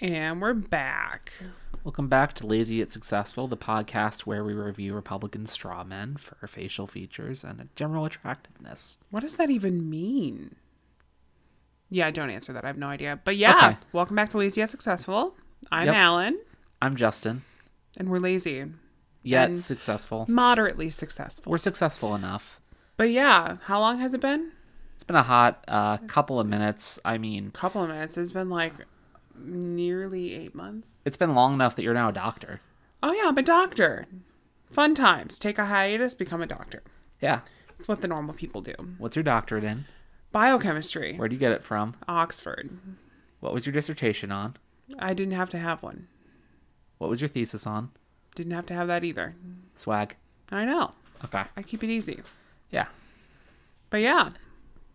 And we're back. Welcome back to Lazy Yet Successful, the podcast where we review Republican straw men for facial features and general attractiveness. What does that even mean? Yeah, don't answer that. I have no idea. But yeah, Okay. welcome back to Lazy Yet Successful. I'm Yep. Alan, I'm Justin, and we're lazy, yet And- successful. moderately successful. We're successful enough. But yeah, how long has it been? It's been a hot uh, couple of minutes. I mean, couple of minutes. It's been like nearly eight months. it's been long enough that you're now a doctor. Oh yeah, I'm a doctor. Fun times. Take a hiatus, become a doctor. Yeah. It's what the normal people do. What's your doctorate in? Biochemistry, Where do you get it from? Oxford. What was your dissertation on? I didn't have to have one. What was your thesis on? Didn't have to have that either. Swag. I know. Okay. I keep it easy. Yeah. But yeah,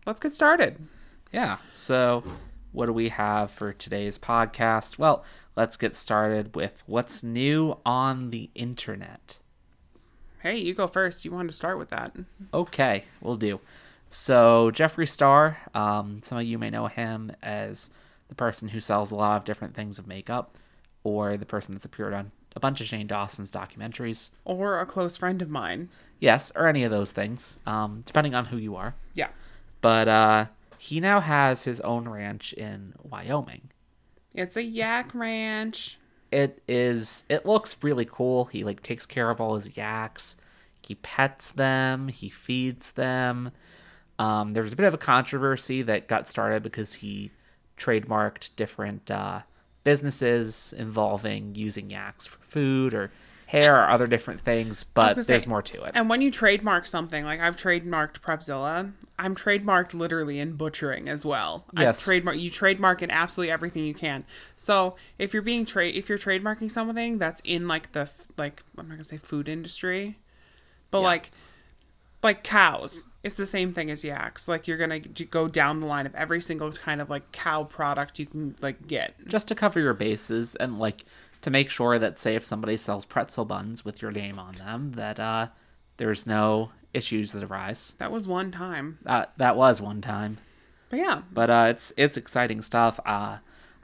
let's get started. Yeah. So, what do we have for today's podcast? Well, let's get started with what's new on the internet. Hey, you go first. You wanted to start with that. Okay, we'll do. So, Jeffree Star, um, some of you may know him as the person who sells a lot of different things of makeup, or the person that's appeared on a bunch of Shane Dawson's documentaries. Or a close friend of mine. Yes, or any of those things, um, depending on who you are. Yeah. But uh, he now has his own ranch in Wyoming. It's a yak ranch. it is it looks really cool he like takes care of all his yaks he pets them he feeds them um, there was a bit of a controversy that got started because he trademarked different uh, businesses involving using yaks for food or hair or other different things but gonna say- Uh, there's more to it And when you trademark something, like I've trademarked Prepzilla, I'm trademarked literally in butchering as well. I've Yes. trademark you trademark in absolutely everything you can. So if you're being trade if you're trademarking something that's in like the f- like I'm not gonna say food industry, but like like cows, it's the same thing as yaks. Like you're gonna g- go down the line of every single kind of like cow product you can like get. just to cover your bases and like to make sure that say if somebody sells pretzel buns with your name on them that uh, there's no issues that arise That was one time, that that was one time but yeah, but uh it's it's exciting stuff uh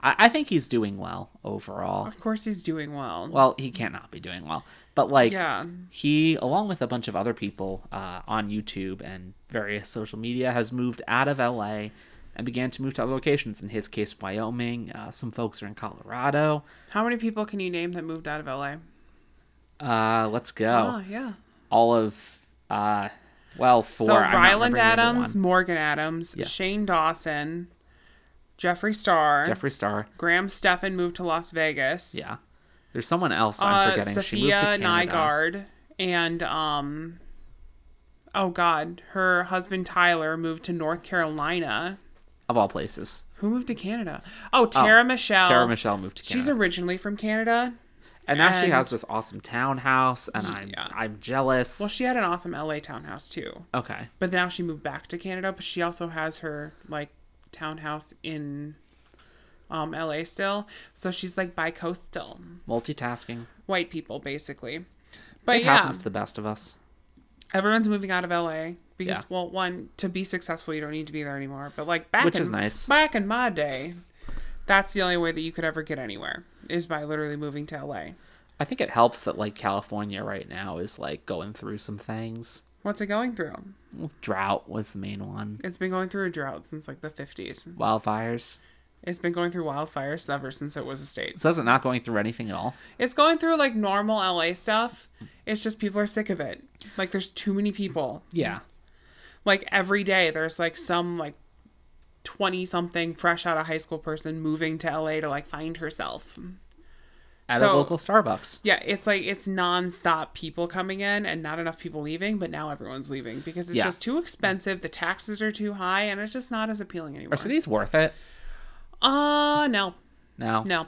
i, I think he's doing well overall of course he's doing well. well he can't not be doing well but like Yeah. he along with a bunch of other people uh on youtube and various social media has moved out of la and began to move to other locations in his case wyoming uh, some folks are in colorado How many people can you name that moved out of LA? uh let's go oh yeah. all of uh well four So I'm not Ryland remembering the other Adams, one. Morgan Adams, Shane Dawson, Jeffree Star, jeffree star Graham Stefan moved to Las Vegas. yeah there's someone else i'm Uh, forgetting she moved Sophia to canada Nygaard and um oh god, her husband Tyler moved to North Carolina. of all places Who moved to Canada? Oh, Tara Michelle. Tara Michelle moved to Canada. She's originally from Canada. and now she and- has this awesome townhouse, and I'm Yeah. I'm jealous. Well, she had an awesome LA townhouse too. okay, But now she moved back to Canada, but she also has her like townhouse in um LA still. So she's like bi-coastal. multitasking White people basically. But it yeah, happens to the best of us. everyone's moving out of LA because Yeah. well, one to be successful you don't need to be there anymore, but like back Which in, is nice. back in my day, that's the only way that you could ever get anywhere is by literally moving to LA. I think it helps that like California right now is like going through some things. What's it going through? Well, Drought was the main one. It's been going through a drought since like the 50s. Wildfires. It's been going through wildfires ever since it was a state. So is it not going through anything at all? It's going through like normal LA stuff. It's just people are sick of it. Like there's too many people. Yeah. Like every day there's like some like 20 something fresh out of high school person moving to LA to like find herself. At a So- local Starbucks. Yeah, it's like it's nonstop people coming in and not enough people leaving, but now everyone's leaving because it's Yeah. just too expensive, the taxes are too high and it's just not as appealing anymore. Are cities worth it? Uh no. No. No.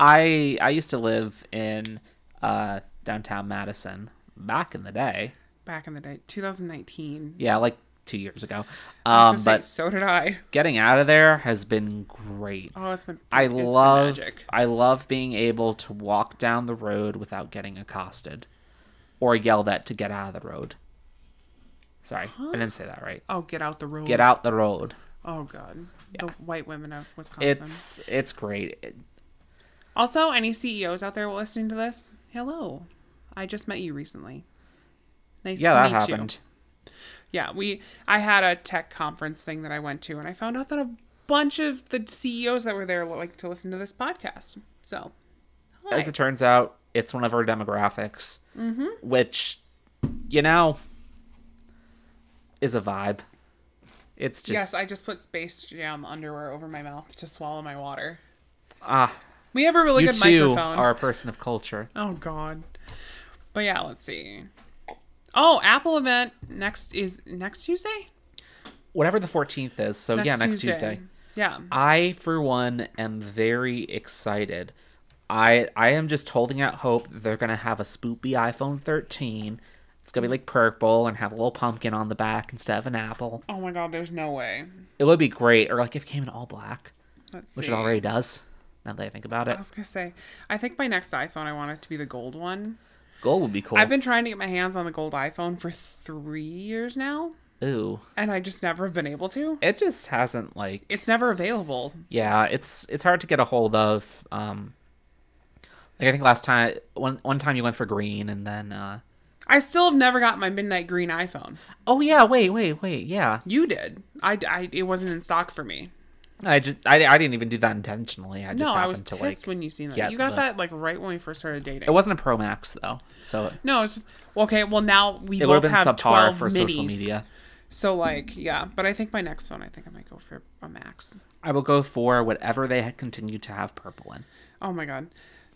I I used to live in uh downtown Madison back in the day. Back in the day, 2019. Yeah, like two years ago. I Um, was gonna but say, so did I. getting out of there has been great. Oh, it's been I it's been love magic. I love being able to walk down the road without getting accosted or yelled at to get out of the road. Sorry, I didn't say that right. Oh, get out the road. Get out the road. Oh god. The white women of Wisconsin. It's it's great. It- Also, any CEOs out there listening to this, hello. I just met you recently. Nice Yeah, to that meet you. happened. Yeah, we I had a tech conference thing that I went to and I found out that a bunch of the CEOs that were there like to listen to this podcast. So hi. As it turns out, it's one of our demographics, Mm-hmm. which, you know, is a vibe. It's yes, just I just put Space Jam underwear over my mouth to swallow my water. ah, We have a really you good too microphone. are a person of culture. Oh god. But yeah, let's see. Oh, Apple event next is next Tuesday? Whatever the fourteenth is, so yeah, next Tuesday. Yeah. I, for one, am very excited. I I am just holding out hope that they're gonna have a spoopy iPhone 13. It's gonna be like purple and have a little pumpkin on the back instead of an apple. Oh my god, there's no way. It would be great, or like if it came in all black, Let's which see. it already does. Now that I think about it, I was gonna say, I think my next iPhone I want it to be the gold one. gold would be cool. I've been trying to get my hands on the gold iPhone for three years now, Ooh, and I just never have been able to. it just hasn't like It's never available. yeah it's it's hard to get a hold of um like i think last time one one time you went for green and then uh I still have never got my midnight green iPhone. oh yeah wait wait wait yeah You did. I, I it wasn't in stock for me. i just i, I didn't even do that intentionally i just No, happened I was to pissed like when you seen that. get You got the- that like right when we first started dating. it wasn't a pro max though so No, it's just okay. Well, now we it would both have been have subpar twelve for minis. social media So like, yeah. But I think my next phone, I think I might go for a Max. i will go for whatever they ha- continue to have purple in Oh my god.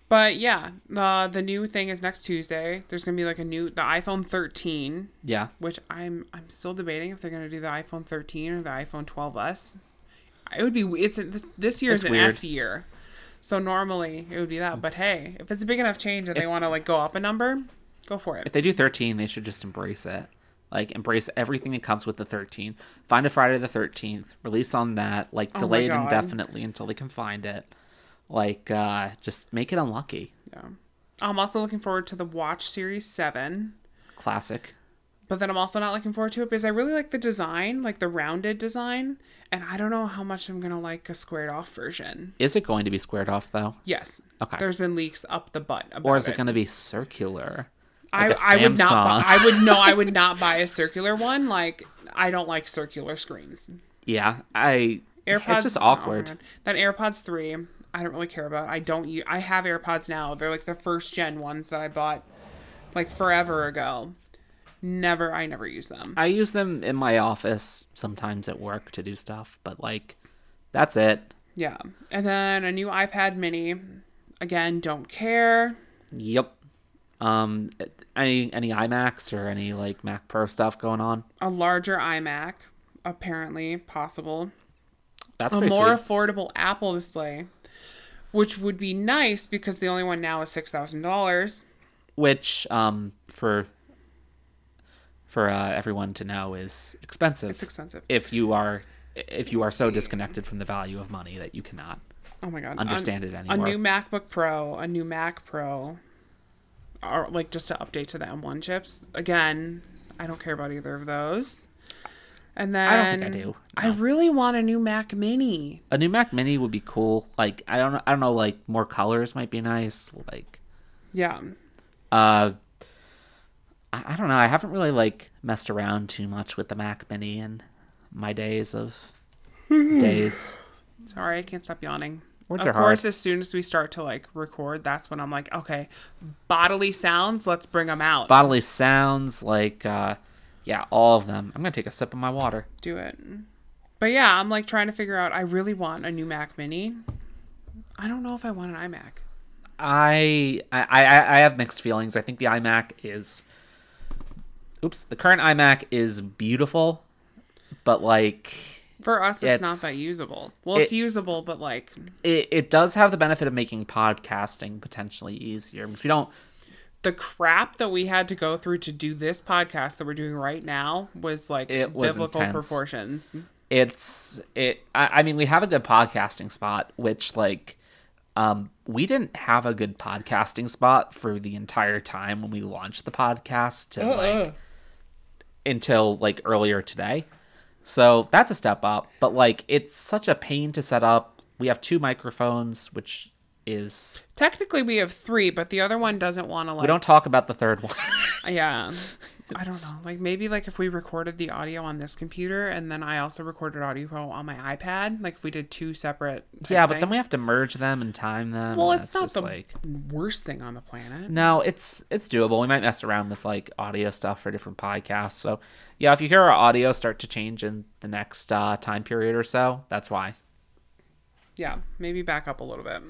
But yeah, uh, the new thing is next Tuesday. There's gonna be like a new the iPhone 13, yeah which I'm I'm still debating if they're gonna do the iPhone 13 or the iPhone 12s. It would be it's this year It's is an weird. S year, so normally it would be that. But hey, if it's a big enough change and they want to like go up a number, go for if it. they do 13 they should just embrace it like embrace everything that comes with the 13 find a friday the 13th release on that like Oh my delay it God. indefinitely until they can find it like uh just make it unlucky Yeah. I'm also looking forward to the Watch Series 7. classic but then I'm also not looking forward to it because I really like the design, like the rounded design, and I don't know how much I'm gonna like a squared off version. is it going to be squared off though Yes. Okay. There's been leaks up the butt about or is it it. going to be circular I, like a I would not. Buy, Samsung? I would no. I would not buy a circular one. Like I don't like circular screens. yeah i AirPods. it's just oh my awkward God. that AirPods three. I don't really care about. I don't. u- I have AirPods now. They're like the first gen ones that I bought, like forever ago. Never. I never use them. i use them in my office sometimes at work to do stuff but like that's it Yeah. And then a new iPad mini. Again, don't care. yep um any any imacs or any like mac pro stuff going on A larger iMac, apparently possible. that's A pretty Oh, more sweet. affordable Apple display, which would be nice because the only one now is $6,000. which um for for uh, everyone to know is expensive It's expensive. if you are if you are so see. disconnected from the value of money that you cannot Oh my god. understand a, it A anymore. new MacBook Pro, a new Mac Pro, or like just to update to the M1 chips. Again, I don't care about either of those. And then don't think I do. I really want a new Mac Mini. a new Mac Mini would be cool. Like I don't I don't know like more colors might be nice. Like Yeah. uh I, I don't know. I haven't really like messed around too much with the Mac Mini in my days of days. Sorry, I can't stop yawning. Words of are course, hard. as soon as we start to like record, that's when I'm like, okay, bodily sounds, let's bring them out. Bodily sounds like uh yeah, all of them. I'm gonna take a sip of my water. Do it. But yeah, I'm like trying to figure out. I really want a new Mac Mini. I don't know if I want an iMac. I I I I have mixed feelings. I think the iMac is oops, the current iMac is beautiful, but like For us, it's, not It's- that usable. Well, it's it- usable, but like, it, it does have the benefit of making podcasting potentially easier. Because we don't the crap that we had to go through to do this podcast that we're doing right now was like It was biblical intense. proportions. it's it I, I mean we have a good podcasting spot, which like um we didn't have a good podcasting spot for the entire time when we launched the podcast Uh-huh. to like until like earlier today. So that's a step up, but like it's such a pain to set up. We have two microphones, which is Technically, we have three, but the other one doesn't want to like. we don't talk about the third one. Yeah. I don't know. Like maybe like if we recorded the audio on this computer and then I also recorded audio on my iPad, like if we did two separate. type yeah, but then we things. have to merge them and time them. Well, and it's that's not just, the like worst thing on the planet. No, it's it's doable. We might mess around with like audio stuff for different podcasts. So yeah, if you hear our audio start to change in the next uh, time period or so, that's why. Yeah, maybe back up a little bit.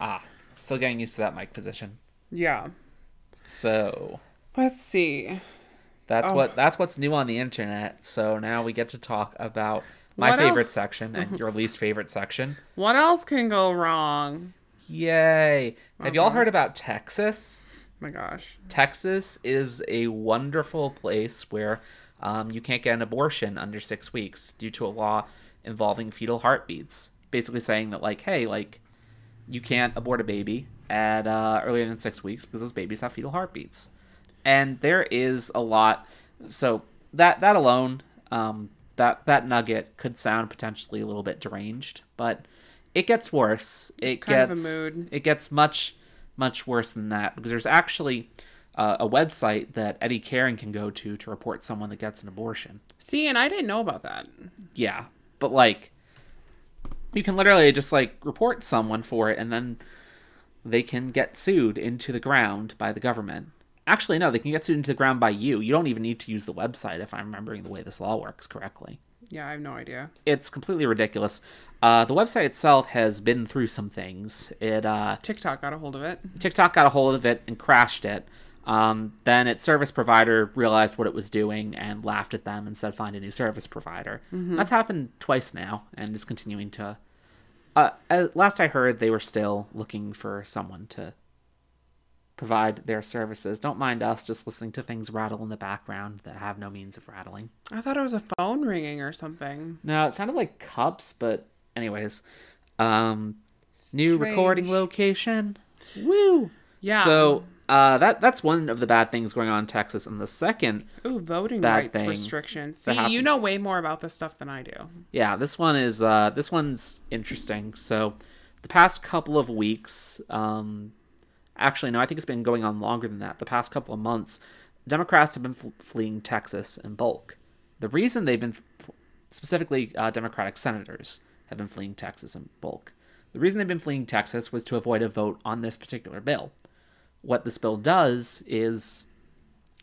Ah, still getting used to that mic position. Yeah. So Let's see. that's Oh. what that's what's new on the internet. So now we get to talk about my What else? favorite section and your least favorite section. What else can go wrong? Yay! Have Uh-huh. y'all heard about Texas? Oh my gosh. Texas is a wonderful place where um, you can't get an abortion under six weeks due to a law involving fetal heartbeats. Basically, saying that, like, hey, like, you can't abort a baby at uh, earlier than six weeks because those babies have fetal heartbeats. And there is a lot. So that that alone, um, that that nugget could sound potentially a little bit deranged, but it gets worse. It kind of a gets mood. it gets much much worse than that because there's actually uh, a website that Eddie Karen can go to to report someone that gets an abortion. See, and I didn't know about that. Yeah, but like you can literally just like report someone for it and then they can get sued into the ground by the government. Actually, no, they can get sued into the ground by you. You don't even need to use the website if I'm remembering the way this law works correctly Yeah, I have no idea. it's completely ridiculous. Uh, the website itself has been through some things. It uh, TikTok got a hold of it. TikTok got a hold of it and crashed it. Um, then its service provider realized what it was doing and laughed at them and said, "Find a new service provider." That's happened twice now and is continuing to. Uh, uh, last I heard, they were still looking for someone to provide their services. Don't mind us just listening to things rattle in the background that have no means of rattling. I thought it was a phone ringing or something. No, it sounded like cups, but anyways. Um new Strange. recording location. Woo. Yeah. So uh that that's one of the bad things going on in Texas. And the second, Ooh, voting Bad rights thing restrictions. See, you happened. know way more about this stuff than I do. yeah, this one is uh this one's interesting. So the past couple of weeks, um actually no, I think it's been going on longer than that. The past couple of months, Democrats have been fl- fleeing Texas in bulk. The reason they've been f- specifically uh, Democratic senators have been fleeing Texas in bulk. The reason they've been fleeing Texas was to avoid a vote on this particular bill. What this bill does is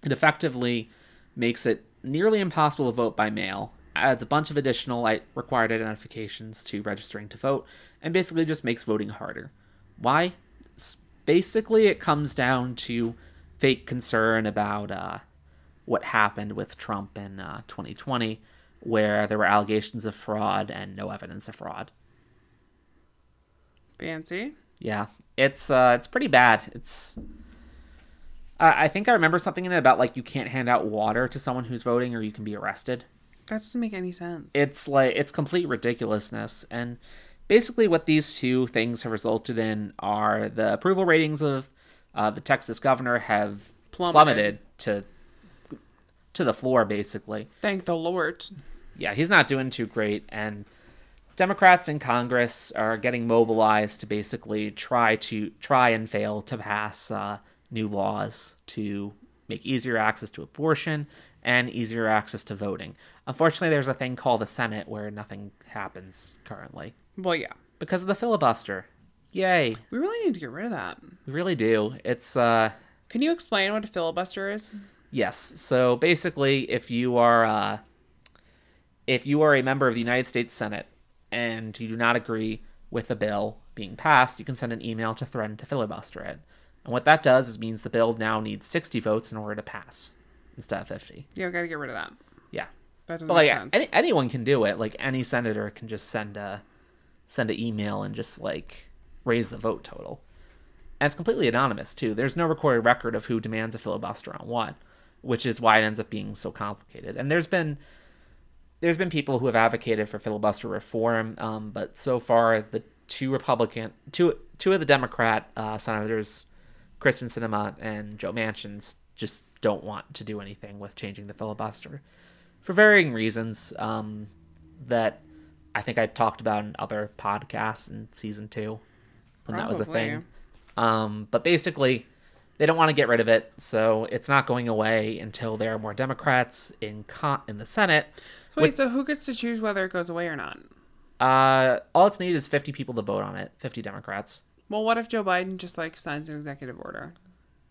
it effectively makes it nearly impossible to vote by mail, adds a bunch of additional like, required identifications to registering to vote, and basically just makes voting harder. Why? S- Basically, it comes down to fake concern about uh, what happened with Trump in uh, 2020, where there were allegations of fraud and no evidence of fraud. Fancy? Yeah, it's uh, it's pretty bad. It's I I think I remember something in it about like you can't hand out water to someone who's voting or you can be arrested. That doesn't make any sense. It's like it's complete ridiculousness. And basically, what these two things have resulted in are the approval ratings of uh, the Texas governor have plummeted. Plummeted. to to the floor, basically. Thank the Lord. Yeah, he's not doing too great, and Democrats in Congress are getting mobilized to basically try to try and fail to pass uh, new laws to make easier access to abortion and easier access to voting. Unfortunately, there's a thing called the Senate where nothing happens currently Well, yeah. because of the filibuster. Yay, We really need to get rid of that. we really do. It's uh Can you explain what a filibuster is? Yes. So basically, if you are uh, if you are a member of the United States Senate and you do not agree with a bill being passed, you can send an email to threaten to filibuster it. And what that does is means the bill now needs 60 votes in order to pass instead of 50. Yeah, we gotta get rid of that. Yeah. That doesn't But make like sense. any, anyone can do it. Like any senator can just send a send an email and just like raise the vote total. And it's completely anonymous too. There's no recorded record of who demands a filibuster on what, which is why it ends up being so complicated. And there's been there's been people who have advocated for filibuster reform, um, but so far the two Republican, two two of the Democrat uh, senators, Kristen Sinema and Joe Manchin's, just don't want to do anything with changing the filibuster, for varying reasons um, that I think I talked about in other podcasts in season two. when that was a thing. Probably. Um, but basically, they don't want to get rid of it, so it's not going away until there are more Democrats in con- in the Senate. Wait, so who gets to choose whether it goes away or not? Uh, all it's needed is 50 people to vote on it, 50 Democrats. Well, what if Joe Biden just like signs an executive order?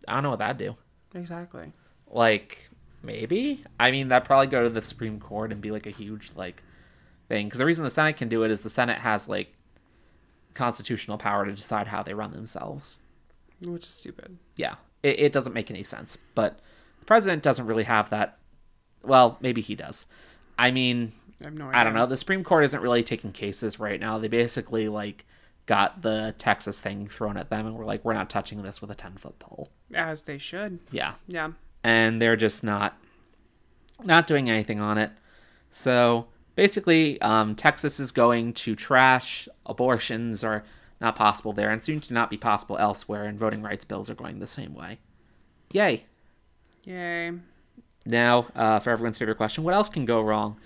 I don't know what that'd do. Exactly. Like, maybe? I mean, that'd probably go to the Supreme Court and be like a huge, like, thing. Because the reason the Senate can do it is the Senate has, like, constitutional power to decide how they run themselves. Which is stupid. yeah, it, it doesn't make any sense. But the president doesn't really have that. Well, maybe he does. I mean, I have no idea. I don't know. The Supreme Court isn't really taking cases right now. They basically like got the Texas thing thrown at them and were like, we're not touching this with a 10 foot pole. As they should. Yeah. Yeah. And they're just not not doing anything on it. So basically, um, Texas is going to trash abortions are not possible there and soon to not be possible elsewhere. And voting rights bills are going the same way. Yay. Yay. Now, uh, for everyone's favorite question, what else can go wrong?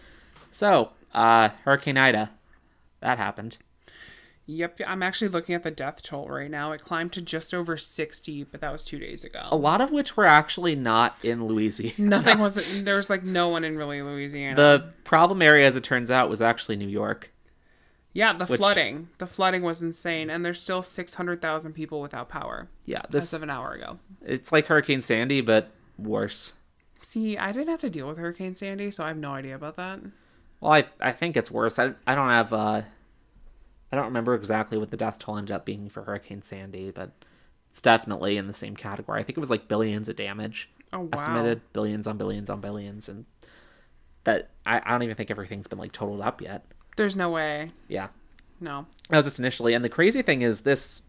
So, uh, Hurricane Ida, that happened. Yep. I'm actually looking at the death toll right now. It climbed to just over 60, but that was two days A ago. lot of which were actually not in Louisiana. Nothing was, there was like no one in really Louisiana. The problem area, as it turns out, was actually New York. yeah, the flooding. The flooding was insane. And there's still 600,000 people without power Yeah, as this of an hour ago. it's like Hurricane Sandy, but worse. See, I didn't have to deal with Hurricane Sandy, so I have no idea about that. Well, I I think it's worse. I I don't have uh, I don't remember exactly what the death toll ended up being for Hurricane Sandy, but it's definitely in the same category. I think it was like billions of damage. Oh, wow. estimated billions on billions on billions and that I, I don't even think everything's been like totaled up yet There's no way. yeah No. that was just initially and the crazy thing is this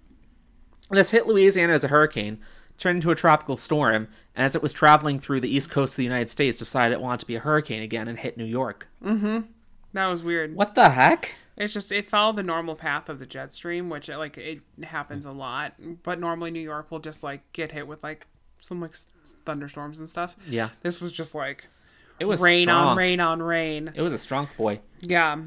this hit louisiana as a hurricane turned into a tropical storm and as it was traveling through the east coast of the united states decided it wanted to be a hurricane again and hit new york That was weird. what the heck It's just it followed the normal path of the jet stream, which like it happens a lot. But normally New York will just like get hit with like some like s- thunderstorms and stuff. Yeah. this was just like it was rain on strong. rain on rain. it was a strong boy Yeah.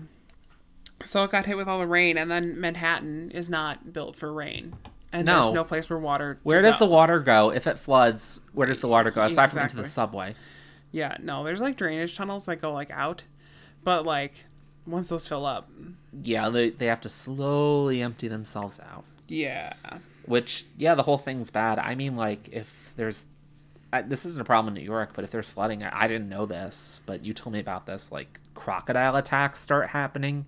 So it got hit with all the rain, and then Manhattan is not built for rain, and No. there's no place where water. where does the go. water go if it floods where does the water go aside from into the Exactly. subway yeah no? There's like drainage tunnels that go like out, but like once those fill up, yeah they, they have to slowly empty themselves out yeah, which yeah the whole thing's bad i mean like if there's I, this isn't a problem in new york but if there's flooding I, I didn't know this but you told me about this like crocodile attacks start happening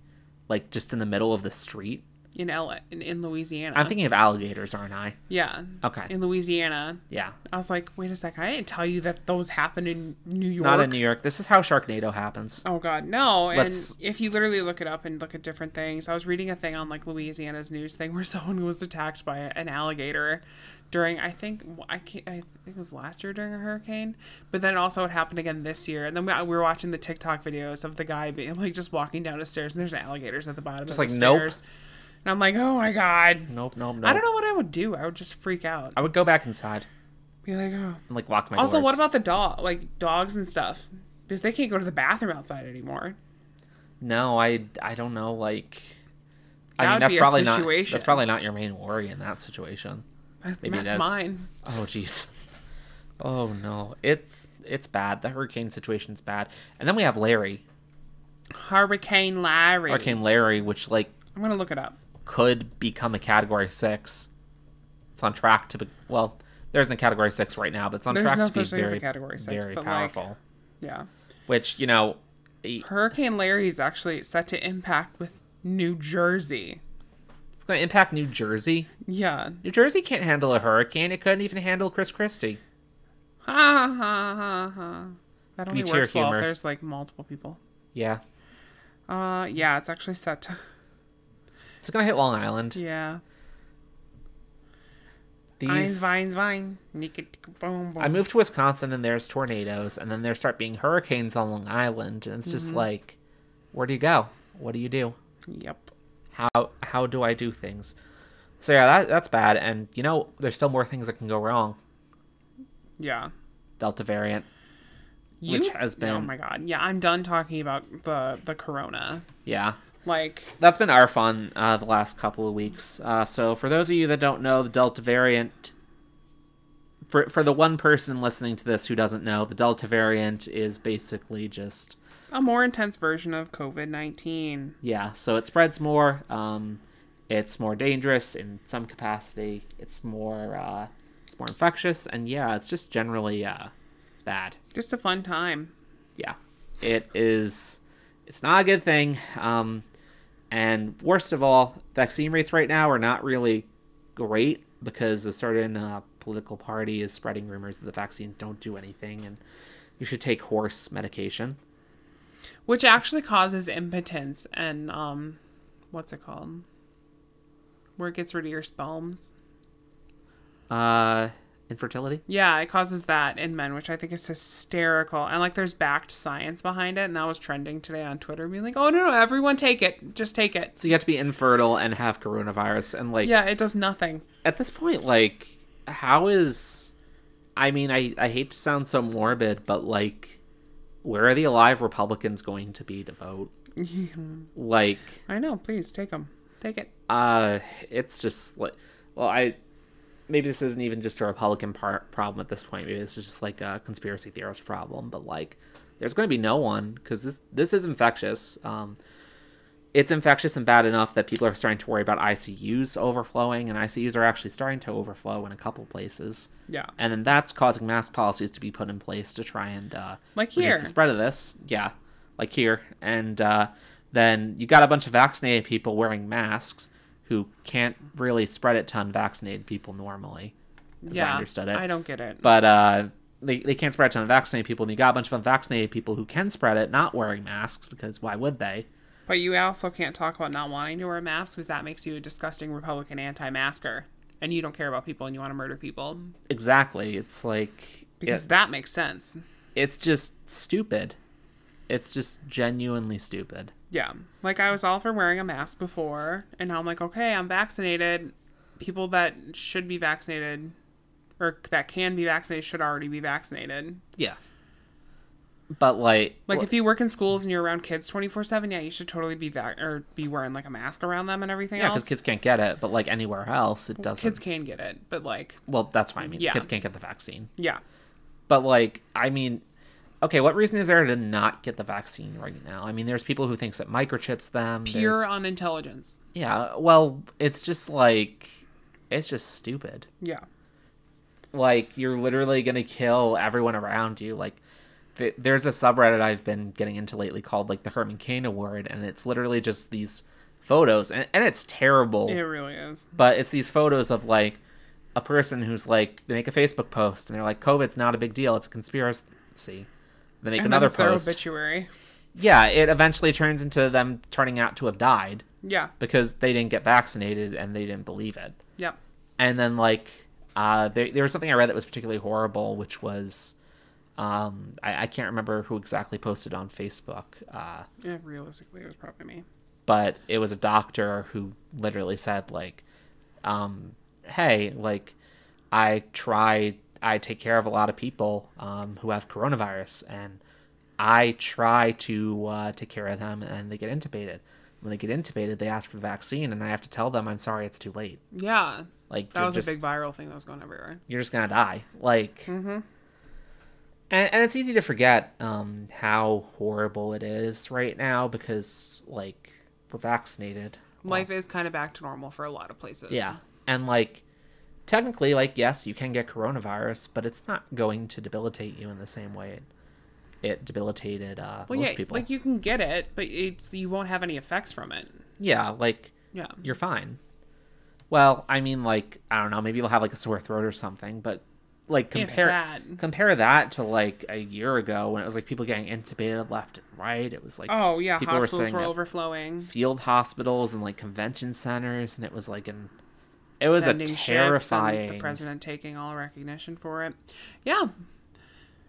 like just in the middle of the street in L in, in Louisiana. i'm thinking of alligators aren't i yeah. okay In Louisiana, yeah I was like, wait a second, I didn't tell you that those happen in New York. not in new york this is how sharknado happens Oh God, no! And Let's- if you literally look it up and look at different things, I was reading a thing on like Louisiana's news thing where someone was attacked by an alligator during I think I can't, I think it was last year during a hurricane, but then also it happened again this year. And then we, we were watching the TikTok videos of the guy being like just walking down the stairs and there's alligators at the bottom Just of the like, nope. stairs, and I'm like, oh my God, nope nope nope I don't know what I would do. I would just freak out. i would go back inside Be like, oh, and like lock my also, doors. what about the dog, like dogs and stuff? Because they can't go to the bathroom outside anymore. no i i don't know like That i mean would that's be a probably not situation. that's probably not your main worry in that situation Maybe That's that's- mine. Oh jeez. Oh no. It's it's bad. The hurricane situation's bad. And then we have Larry. Hurricane Larry. Hurricane Larry, which like I'm gonna look it up. could become a category six. It's on track to be well, there isn't a category six right now, but it's on There's track no to be such thing as a very, category six, very but, like- powerful. Yeah, Which, you know e- Hurricane Larry is actually set to impact with New Jersey. it's gonna impact New Jersey. Yeah. New Jersey can't handle a hurricane. It couldn't even handle Chris Christie. Ha ha ha ha. That only Meteor works well if humor. there's like multiple people. Yeah. Uh, yeah, it's actually set to. It's gonna hit Long Island. Yeah. Vine, These vine, vine. Nicka, ticka, boom, boom. I moved to Wisconsin and there's tornadoes, and then there start being hurricanes on Long Island, and it's just like, where do you go? What do you do? Yep. How how do I do things? So yeah, that that's bad. And you know, there's still more things that can go wrong. Yeah. Delta variant. You, Which has Oh been- my god. Yeah, I'm done talking about the the corona. Yeah, Like, that's been our fun uh, the last couple of weeks. Uh, so for those of you that don't know, the Delta variant. For, for the one person listening to this who doesn't know, the Delta variant is basically just a more intense version of COVID 19. yeah. So it spreads more. Um, it's more dangerous in some capacity. It's more uh, it's more infectious, and yeah, it's just generally uh, bad. Just a fun time. yeah it is it's not a good thing um and worst of all vaccine rates right now are not really great because a certain uh, political party is spreading rumors that the vaccines don't do anything and you should take horse medication Which actually causes impotence and, um, what's it called? Where it gets rid of your sperms. uh infertility Yeah, it causes that in men, which I think is hysterical. And like, there's backed science behind it, and that was trending today on Twitter, being like, "Oh no, no, everyone take it, just take it." so you have to be infertile and have coronavirus and like Yeah, it does nothing. at this point like how is i mean i i hate to sound so morbid but like where are the alive republicans going to be to vote like I know. Please take them, take it. uh it's just like well i maybe this isn't even just a republican par- problem at this point maybe this is just like a conspiracy theorist problem but like there's going to be no one because this this is infectious um it's infectious and bad enough that people are starting to worry about icus overflowing and icus are actually starting to overflow in a couple places Yeah, and then that's causing mask policies to be put in place to try and uh, Like reduce here. the spread of this. Yeah, like here, and uh, then you got a bunch of vaccinated people wearing masks who can't really spread it to unvaccinated people normally, as yeah. I understood it. I don't get it. But uh, they they can't spread it to unvaccinated people, and you got a bunch of unvaccinated people who can spread it not wearing masks because why would they? But you also can't talk about not wanting to wear a mask because that makes you a disgusting Republican anti-masker, and you don't care about people and you want to murder people Exactly. It's like because it- that makes sense. it's just stupid. It's just genuinely stupid. Yeah. Like I was all for wearing a mask before, and now I'm like, okay, I'm vaccinated. People that should be vaccinated or that can be vaccinated should already be vaccinated. Yeah. But like, Like if you work in schools and you're around kids 24/7, yeah, you should totally be vac- or be wearing like a mask around them and everything yeah, because else. kids can't get it, but like anywhere else, it doesn't. kids can get it, but like, well, that's what I mean. Yeah. Kids can't get the vaccine, yeah. but like, I mean, okay, what reason is there to not get the vaccine right now? I mean, there's people who thinks that microchips them. Pure there's- unintelligence. yeah. Well, it's just like, it's just stupid. Yeah. like you're literally gonna kill everyone around you like th- there's a subreddit i've been getting into lately called like the herman cain award and it's literally just these photos and, and it's terrible It really is. but it's these photos of like a person who's like they make a facebook post and they're like covid's not a big deal it's a conspiracy they make And then another it's their post obituary. yeah it eventually turns into them turning out to have died Yeah. because they didn't get vaccinated and they didn't believe it Yep. and then like uh, there, there was something I read that was particularly horrible, which was um, I, I can't remember who exactly posted on Facebook, uh, Yeah, realistically, it was probably me. but it was a doctor who literally said like, um, "Hey, like I try, I take care of a lot of people um, who have coronavirus, and I try to uh, take care of them, and they get intubated." When they get intubated, they ask for the vaccine, and I have to tell them, "I'm sorry, it's too late." Yeah. Like That you're was just- a big Mm-hmm. viral thing that was going everywhere. you're just gonna die. Like, and, and it's easy to forget um, how horrible it is right now because like we're vaccinated. Life is kind of back to normal for a lot of places. Yeah, and like technically, like yes, you can get coronavirus, but it's not going to debilitate you in the same way it, it debilitated uh, Well, most yeah, people. like you can get it, but it's you won't have any effects from it. yeah, like Yeah. you're fine. Well, I mean, like I don't know, maybe you'll have like a sore throat or something, but like compare that. compare that to like a year ago when it was like people getting intubated left and right. It was like Oh yeah, people were hospitals saying were, that overflowing. field hospitals and like convention centers, and it was like an it was a sending ships and terrifying The president taking all recognition for it. Yeah.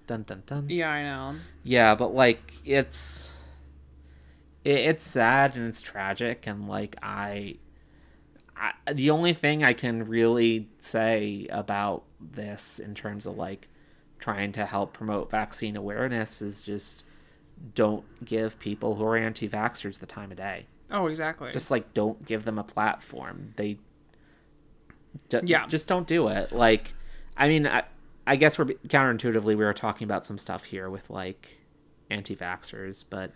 dun dun dun. Yeah, I know. Yeah, but like it's it, it's sad and it's tragic and like I, I the only thing I can really say about this in terms of like trying to help promote vaccine awareness is just don't give people who are anti-vaxxers the time of day. Oh, exactly. Just like don't give them a platform. They d- Yeah. just don't do it. Like I mean I, I guess we're counterintuitively we were talking about some stuff here with like anti-vaxxers, but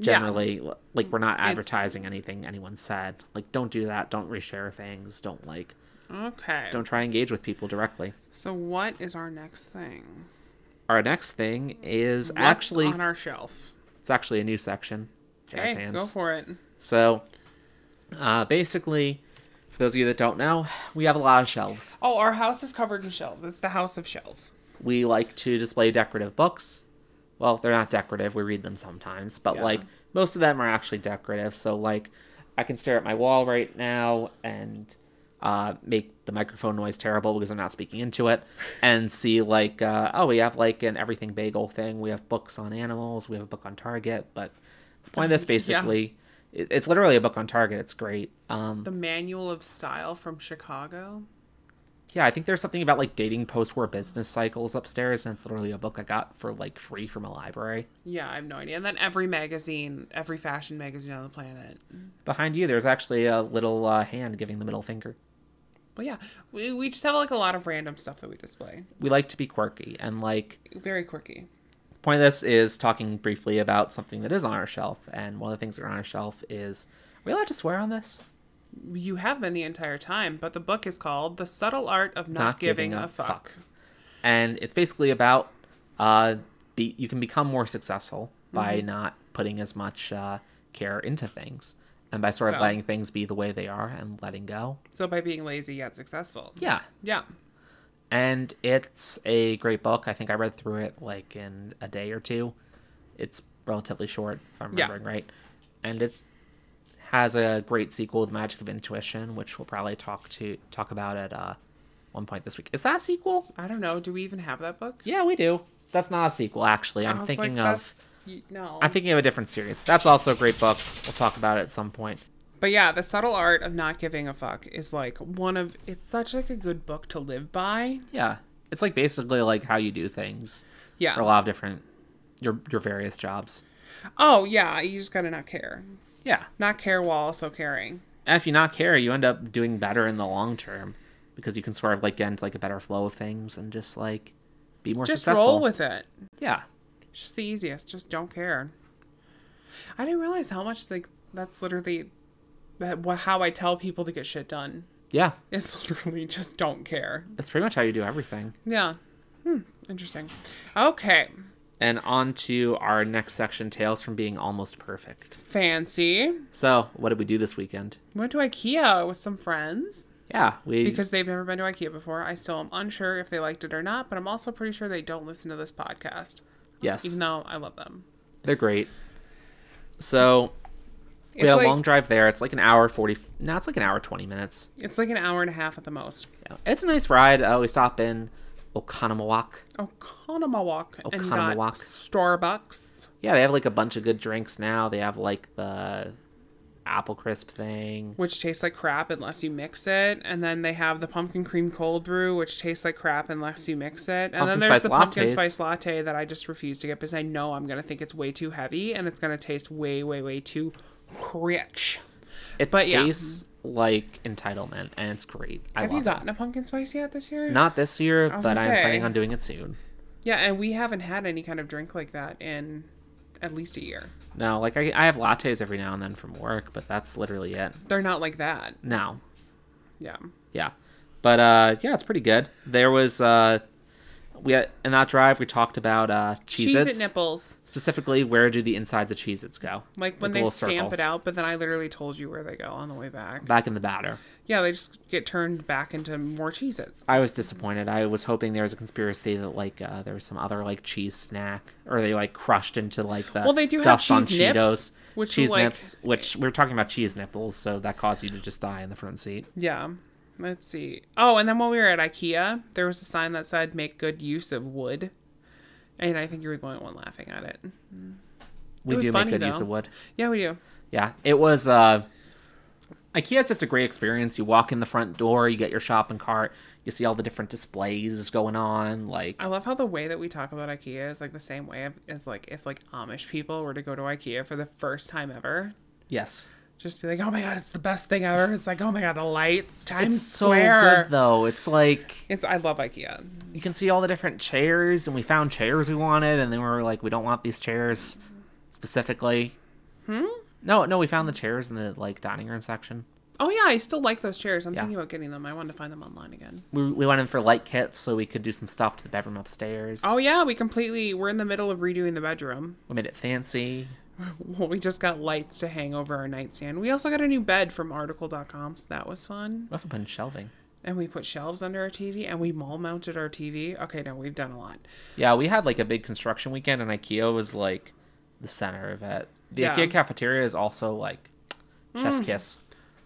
Yeah. generally l- like we're not advertising anything anyone said. Like don't do that. Don't reshare things. Don't like okay. don't try and engage with people directly. So what is our next thing? Our next thing is What's actually on our shelf. it's actually a new section. Jazz Okay, hands. go for it. So, uh, basically, for those of you that don't know, we have a lot of shelves. Oh, our house is covered in shelves. It's the house of shelves. We like to display decorative books. Well, they're not decorative. We read them sometimes, but Yeah. like most of them are actually decorative. So like, I can stare at my wall right now and uh, make the microphone noise terrible because I'm not speaking into it, and see like, uh, oh, we have like an everything bagel thing. We have books on animals. We have a book on Target. But the point of this basically, it, it's literally a book on Target. It's great. Um, The manual of style from Chicago. Yeah, I think there's something about like dating post-war business cycles upstairs, and it's literally a book I got for like free from a library. Yeah, I have no idea. And then every magazine, every fashion magazine on the planet. Behind you, there's actually a little uh, hand giving the middle finger. But yeah, we, we just have like a lot of random stuff that we display. We like to be quirky, and like Very quirky. the point of this is talking briefly about something that is on our shelf. And one of the things that are on our shelf is, are we allowed to swear on this? You have been the entire time, but the book is called The Subtle Art of Not, Giving, a, fuck. And it's basically about uh, be, you can become more successful by Mm-hmm. not putting as much uh, care into things, and by sort of Yeah. letting things be the way they are and letting go. So by being lazy yet successful. Yeah. Yeah. And it's a great book. I think I read through it like in a day or two. It's relatively short, if I'm Yeah. remembering right. And it has a great sequel, The Magic of Intuition, which we'll probably talk to talk about at uh, one point this week. Is that a sequel? I don't know. Do we even have that book? Yeah, we do. That's not a sequel, actually. I'm I was thinking like, of that's- y- No. I'm thinking of a different series. That's also a great book. We'll talk about it at some point. But yeah, the subtle art of not giving a fuck is like one of it's such like a good book to live by. Yeah. It's like basically like how you do things Yeah. for a lot of different your your various jobs. Oh yeah, you just gotta not care. Yeah. Not care while also caring. And if you not care, you end up doing better in the long term because you can sort of like get into like a better flow of things and just like be more Just successful. roll with it. yeah. It's just the easiest. Just don't care. I didn't realize how much like that's literally that wha- how I tell people to get shit done. Yeah. Is literally just don't care. That's pretty much how you do everything. Yeah. Hmm. Interesting. Okay. And on to our next section, Tales from Being Almost Perfect. Fancy. So, what did we do this weekend? Went to IKEA with some friends. Yeah, we because they've never been to IKEA before. I still am unsure if they liked it or not, but I'm also pretty sure they don't listen to this podcast, yes, even though I love them. they're great. So we It's had a like long drive there. It's like an hour forty. No, it's like an hour twenty minutes. it's like an hour and a half at the most. Yeah. It's a nice ride. Uh, we stop in Oconomowoc. Oconomowoc and got Oconomowoc. Starbucks. Yeah, they have like a bunch of good drinks now. They have like the apple crisp thing. Which tastes like crap unless you mix it, and then they have the pumpkin cream cold brew, which tastes like crap unless you mix it, and Pumpkin then there's spice the pumpkin lattes. spice latte that I just refuse to get because I know I'm gonna think it's way too heavy and it's gonna taste way, way, way too rich. It but yeah. tastes like entitlement, and it's great. I Have love you gotten a pumpkin spice yet this year? it. Not this year, was but I'm gonna say. planning on doing it soon. Yeah, and we haven't had any kind of drink like that in at least a year. No, like I, I have lattes every now and then from work, but that's literally it. They're not like that. No, Yeah. yeah but uh yeah it's pretty good there was uh we had, in that drive we talked about uh cheese Cheese it its nipples. specifically where do the insides of cheese its go Like With when the they little stamp circle. it out, but then I literally told you where they go on the way back. back in the batter Yeah, they just get turned back into more Cheez Its. i was disappointed i was hoping there was a conspiracy that like uh there was some other like cheese snack or they like crushed into like the Well, they do have dust on cheese nips, cheetos which is, cheese like- nips which we were talking about cheese nipples so that caused you to just die in the front seat Yeah. Let's see. Oh, and then when we were at IKEA, there was a sign that said make good use of wood. And I think you were the only one laughing at it. we was do make funny, good use though. of wood Yeah, we do. yeah it was uh IKEA's just a great experience. You walk in the front door, you get your shopping cart, you see all the different displays going on. Like, I love how the way that we talk about IKEA is like the same way as like if like Amish people were to go to IKEA for the first time ever. yes, Just be like, oh my god, it's the best thing ever. It's like, oh my god, the lights, Times it's so Square. good though. It's like it's I love IKEA. you can see all the different chairs, and we found chairs we wanted, and then we were like, we don't want these chairs specifically. Hmm. No, no, we found the chairs in the like dining room section. Oh yeah, I still like those chairs. I'm thinking about getting them. I wanted to find them online again. We, we went in for light kits so we could do some stuff to the bedroom upstairs. Oh yeah, we completely we're in the middle of redoing the bedroom. We made it fancy. Well, we just got lights to hang over our nightstand. We also got a new bed from article.com, so that was fun. We also put in shelving. And we put shelves under our TV and we mall mounted our TV. Okay, now we've done a lot. Yeah, we had like a big construction weekend, and IKEA was like the center of it. The Yeah. IKEA cafeteria is also like chef's kiss.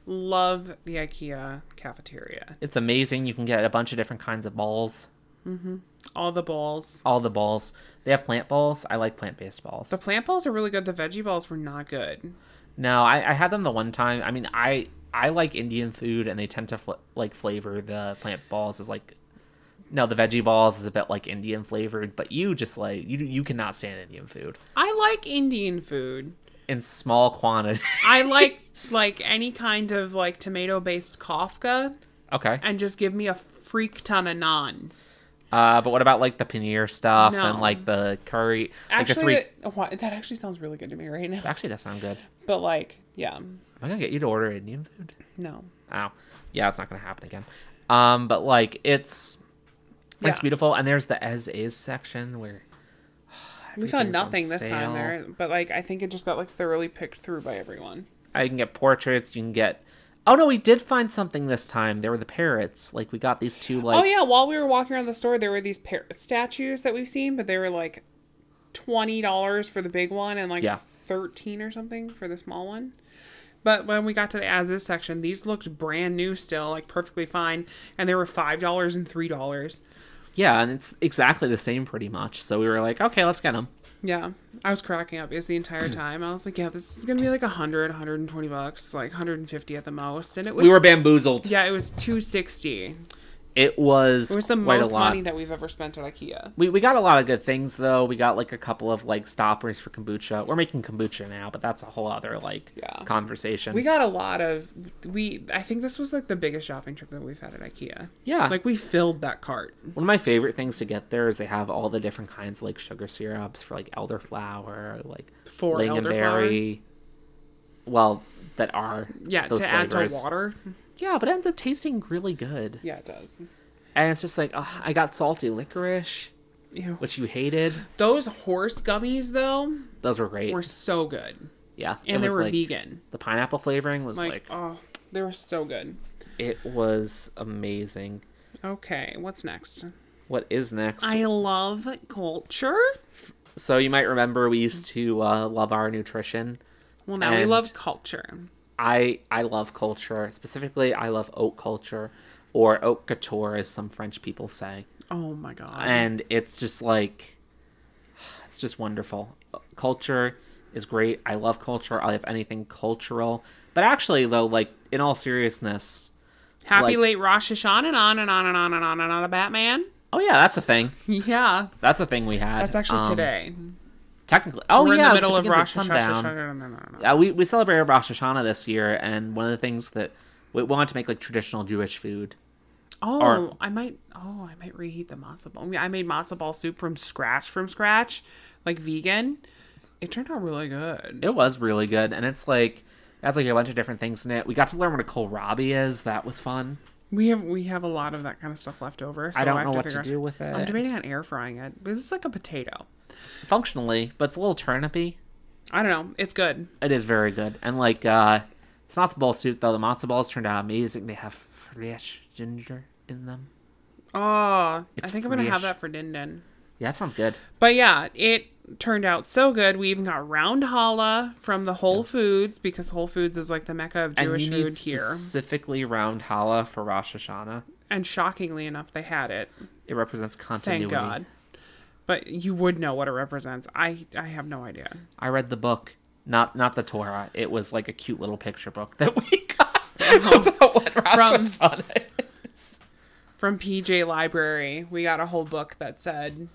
Love the IKEA cafeteria. It's amazing. You can get a bunch of different kinds of balls. All the balls. All the balls. They have plant balls. I like plant based balls. The plant balls are really good. The veggie balls were not good. no, I, I had them the one time. I mean, I I like Indian food, and they tend to fl- like flavor the plant balls as like. No, the veggie balls is a bit like Indian flavored, but you just like you you cannot stand Indian food I like Indian food. in small quantity. I like like any kind of like tomato based kafka okay. and just give me a freak ton of naan. Uh, but what about like the paneer stuff No. and like the curry? Like, the Actually, three- that, why- that actually sounds really good to me right now. actually, does sound good. Am But like, yeah, I gonna get you to order Indian food? no. Oh, yeah, it's not gonna happen again. Um, but like it's it's Yeah. beautiful, and there's the as is section where We found Everything's on nothing this sale. time there, but like I think it just got like thoroughly picked through by everyone. I can get portraits. You can get. Oh no, we did find something this time. There were the parrots. Like we got these two like oh yeah, while we were walking around the store, there were these parrot statues that we've seen, but they were like twenty dollars for the big one and like Yeah. thirteen or something for the small one. But when we got to the as is section, these looked brand new still, like perfectly fine, and they were five dollars and three dollars. yeah, and it's exactly the same pretty much. So we were like, okay, let's get them. Yeah, I was cracking up is the entire time. I was like, yeah, this is gonna be like 100, 120 bucks, like 150 at the most, and it was We were bamboozled. yeah, it was 260. It was It was the quite most a lot. money that we've ever spent at IKEA. We, we got a lot of good things though. We got like a couple of like stoppers for kombucha. We're making kombucha now, but that's a whole other like Yeah. conversation. We got a lot of we. I think this was like the biggest shopping trip that we've had at IKEA. yeah, like Like we filled that cart. one of my favorite things to get there is they have all the different kinds of, like sugar syrups for like elderflower, like For lingonberry. Well, that are Yeah, those to add flavors. to water. Yeah, but it ends up tasting really good, Yeah, it does. and it's just like ugh, I got salty licorice, Ew. which you hated. Those horse gummies though Those were great. were so good, yeah, it and they was, were like- vegan. The pineapple flavoring was Like, like oh, they were so good. it was amazing. Okay, what's next? What is next? I love culture. So you might remember we used to uh, love our nutrition. Well, now we And- love culture. I I love culture. Specifically, I love oat culture or oat couture as some French people say. Oh my god. And it's just like it's just wonderful. Culture is great. I love culture. I love anything cultural. But actually though, like in all seriousness, Happy like- late Rosh Hashanah and on and on and on and on and on a Batman. oh yeah, that's a thing. Yeah, That's a thing we had. that's actually Um, today. Technically. Oh We're yeah, in the because middle it of begins Rosh at Hashanah. sundown. No, no, no, no, no. uh, we, we celebrated Rosh Hashanah this year, and one of the things that we wanted to make like traditional Jewish food. Oh, Or- I might. Oh, I might reheat the matzo ball. I, mean, I made matzo ball soup from scratch, from scratch, like vegan. It turned out really good. It was really good, and it's like it has like a bunch of different things in it. We got to learn what a kohlrabi is. That was fun. We have we have a lot of that kind of stuff left over. So I don't have know to what figure to out- do with it I'm debating on air frying it. This is like a potato. functionally, but it's a little turnipy. I don't know. It's good. It is very good, and like uh, it's matzo ball soup though. The matzo balls turned out amazing. They have fresh ginger in them. Oh, It's I think I'm gonna have free-ish. that for din din. Yeah, that sounds good. But yeah, it turned out so good. We even got round challah from the Whole Foods because Whole Foods is like the mecca of And Jewish you food need here. specifically round challah for Rosh Hashanah. And shockingly enough, they had it. It represents continuity. Thank God. But you would know what it represents. I I have no idea. I read the book, not not the Torah. It was like a cute little picture book that we got. about what Rosh From- Hashanah is. from PJ Library, we got a whole book that said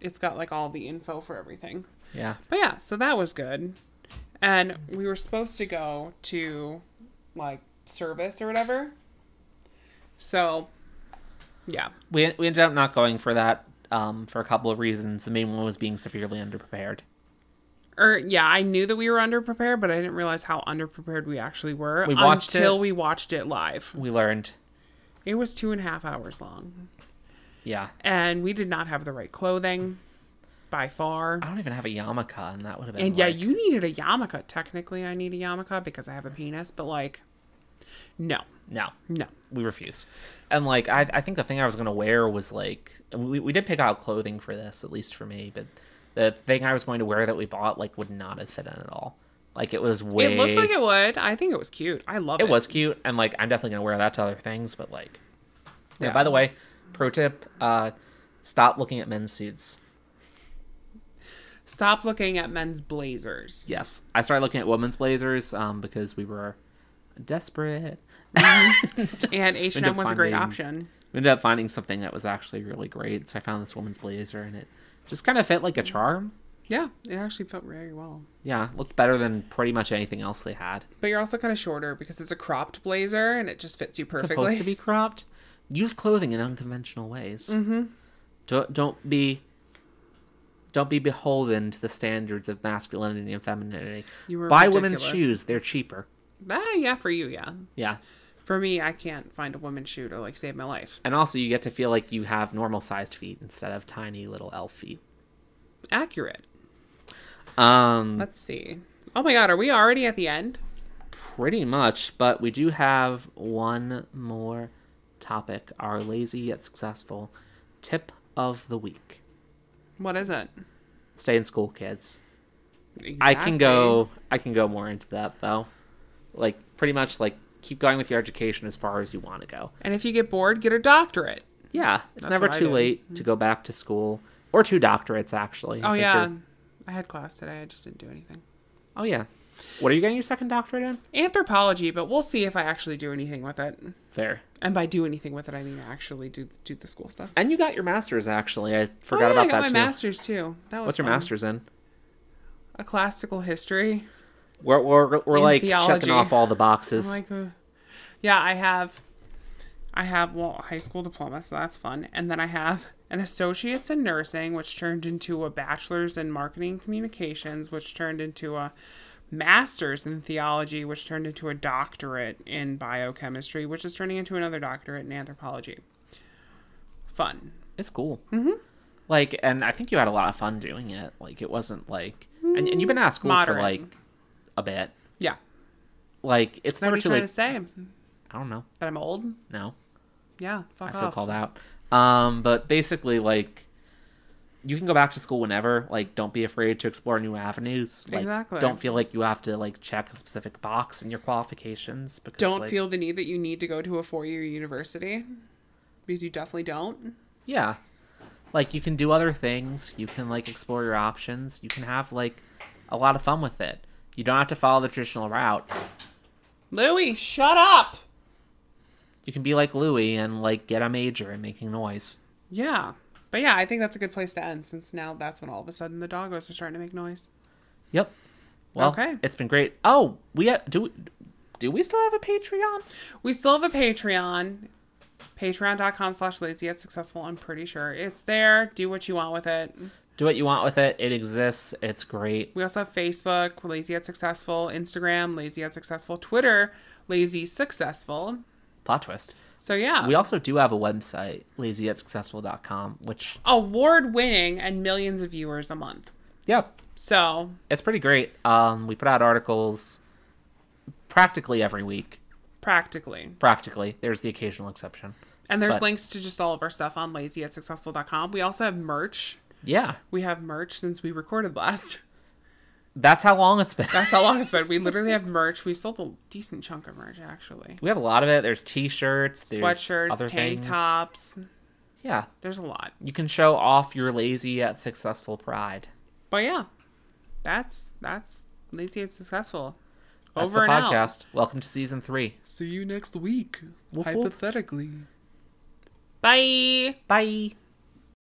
it's got like all the info for everything. Yeah. But yeah, so that was good. And we were supposed to go to like service or whatever. So yeah. We, we ended up not going for that um, for a couple of reasons. The main one was being severely underprepared. Or Er, yeah, I knew that we were underprepared, but I didn't realize how underprepared we actually were We watched until it. we watched it live. We learned, It was two and a half hours long. yeah, And we did not have the right clothing by far. I don't even have a yarmulke, and that would have been. And yeah, like- you needed a yarmulke. Technically, I need a yarmulke because I have a penis, but like, no, no, no. we refuse. And like, I, I think the thing I was gonna wear was like, we, we did pick out clothing for this, at least for me, but the thing I was going to wear that we bought like would not have fit in at all. Like it was way. It looked like it would. I think it was cute. I love it. it was cute and like i'm definitely gonna wear that to other things but like yeah, Yeah. by the way pro tip uh stop looking at men's suits Stop looking at men's blazers. yes i started looking at women's blazers um because we were desperate And H and M was a great finding- option. we ended up finding something that was actually really great so i found this woman's blazer and it just kind of fit like a charm Yeah, it actually felt very well. yeah looked better than pretty much anything else they had But you're also kind of shorter because it's a cropped blazer and it just fits you It's perfectly. supposed to be cropped use clothing in unconventional ways mm-hmm. don't don't be don't be beholden to the standards of masculinity and femininity You were buy women's ridiculous. shoes they're cheaper Ah, yeah, for you, yeah. yeah For me, I can't find a woman's shoe to like save my life. and also you get to feel like you have normal sized feet instead of tiny little elf feet Accurate. um Let's see. Oh my god, are we already at the end? pretty much but we do have one more topic our lazy yet successful tip of the week What is it? stay in school kids I can Exactly. go I can go more into that though. Like pretty much like keep going with your education as far as you want to go. And if you get bored, get a doctorate. Yeah, it's never what I too did. late to go back to school or two doctorates actually. I Oh think yeah, you're- I had class today. I just didn't do anything. Oh yeah. What are you getting your second doctorate in? Anthropology, but we'll see if I actually do anything with it. Fair. And by do anything with it, I mean actually do do the school stuff. And you got your masters actually. I Oh, forgot yeah, about I got that my too. master's too. That was What's your fun. masters in? A classical history. We're we're, we're In like theology. checking off all the I'm boxes. like, uh, yeah, I have, I have well high school diploma, so that's fun. And then I have an associate's in nursing, which turned into a bachelor's in marketing communications, which turned into a master's in theology, which turned into a doctorate in biochemistry, which is turning into another doctorate in anthropology. Fun. It's cool. Mm-hmm. Like, and I think you had a lot of fun doing it. Like, it wasn't like, and, and you've been out of school for Moderate. like a bit. Yeah. Like, it's What never are you too trying late. to say? I don't know. That I'm old? No, Yeah. Fuck I feel off. called out. Um, but basically, like, you can go back to school whenever. Like, don't be afraid to explore new avenues. Like, Exactly. Don't feel like you have to like check a specific box in your qualifications. Because don't like- feel the need that you need to go to a four-year university because you definitely don't. Yeah, like you can do other things. You can like explore your options. You can have like a lot of fun with it. You don't have to follow the traditional route. Louis, shut up. You can be like Louis and like get a major and making noise. Yeah. But yeah, I think that's a good place to end since now that's when all of a sudden the doggos are starting to make noise. Yep. Well, Okay. it's been great. Oh, we ha- do. Do we still have a Patreon? We still have a Patreon. Patreon.com slash lazy at successful, I'm pretty sure. It's there. Do what you want with it. Do what you want with it. It exists. It's great. We also have Facebook, Lazy at Successful, Instagram, Lazy at Successful, Twitter, Lazy Successful. Plot twist. So yeah. We also do have a website, lazyatsuccessful.com, which, Award winning and millions of viewers a month. yeah, So it's pretty great. Um, we put out articles practically every week. practically. Practically. There's the occasional exception. And there's But- links to just all of our stuff on lazy at successful.com. We also have merch. Yeah. We have merch since we recorded last. That's how long it's been. That's how long it's been. We literally have merch. We sold a decent chunk of merch actually. we have a lot of it. There's t shirts, there's Sweatshirts, other tank things. tops. Yeah. There's a lot. You can show off your lazy yet successful pride. But yeah. That's that's lazy at successful. That's Over the and out. podcast. Welcome to season three. See you next week. Whoop, whoop. hypothetically. Bye. Bye.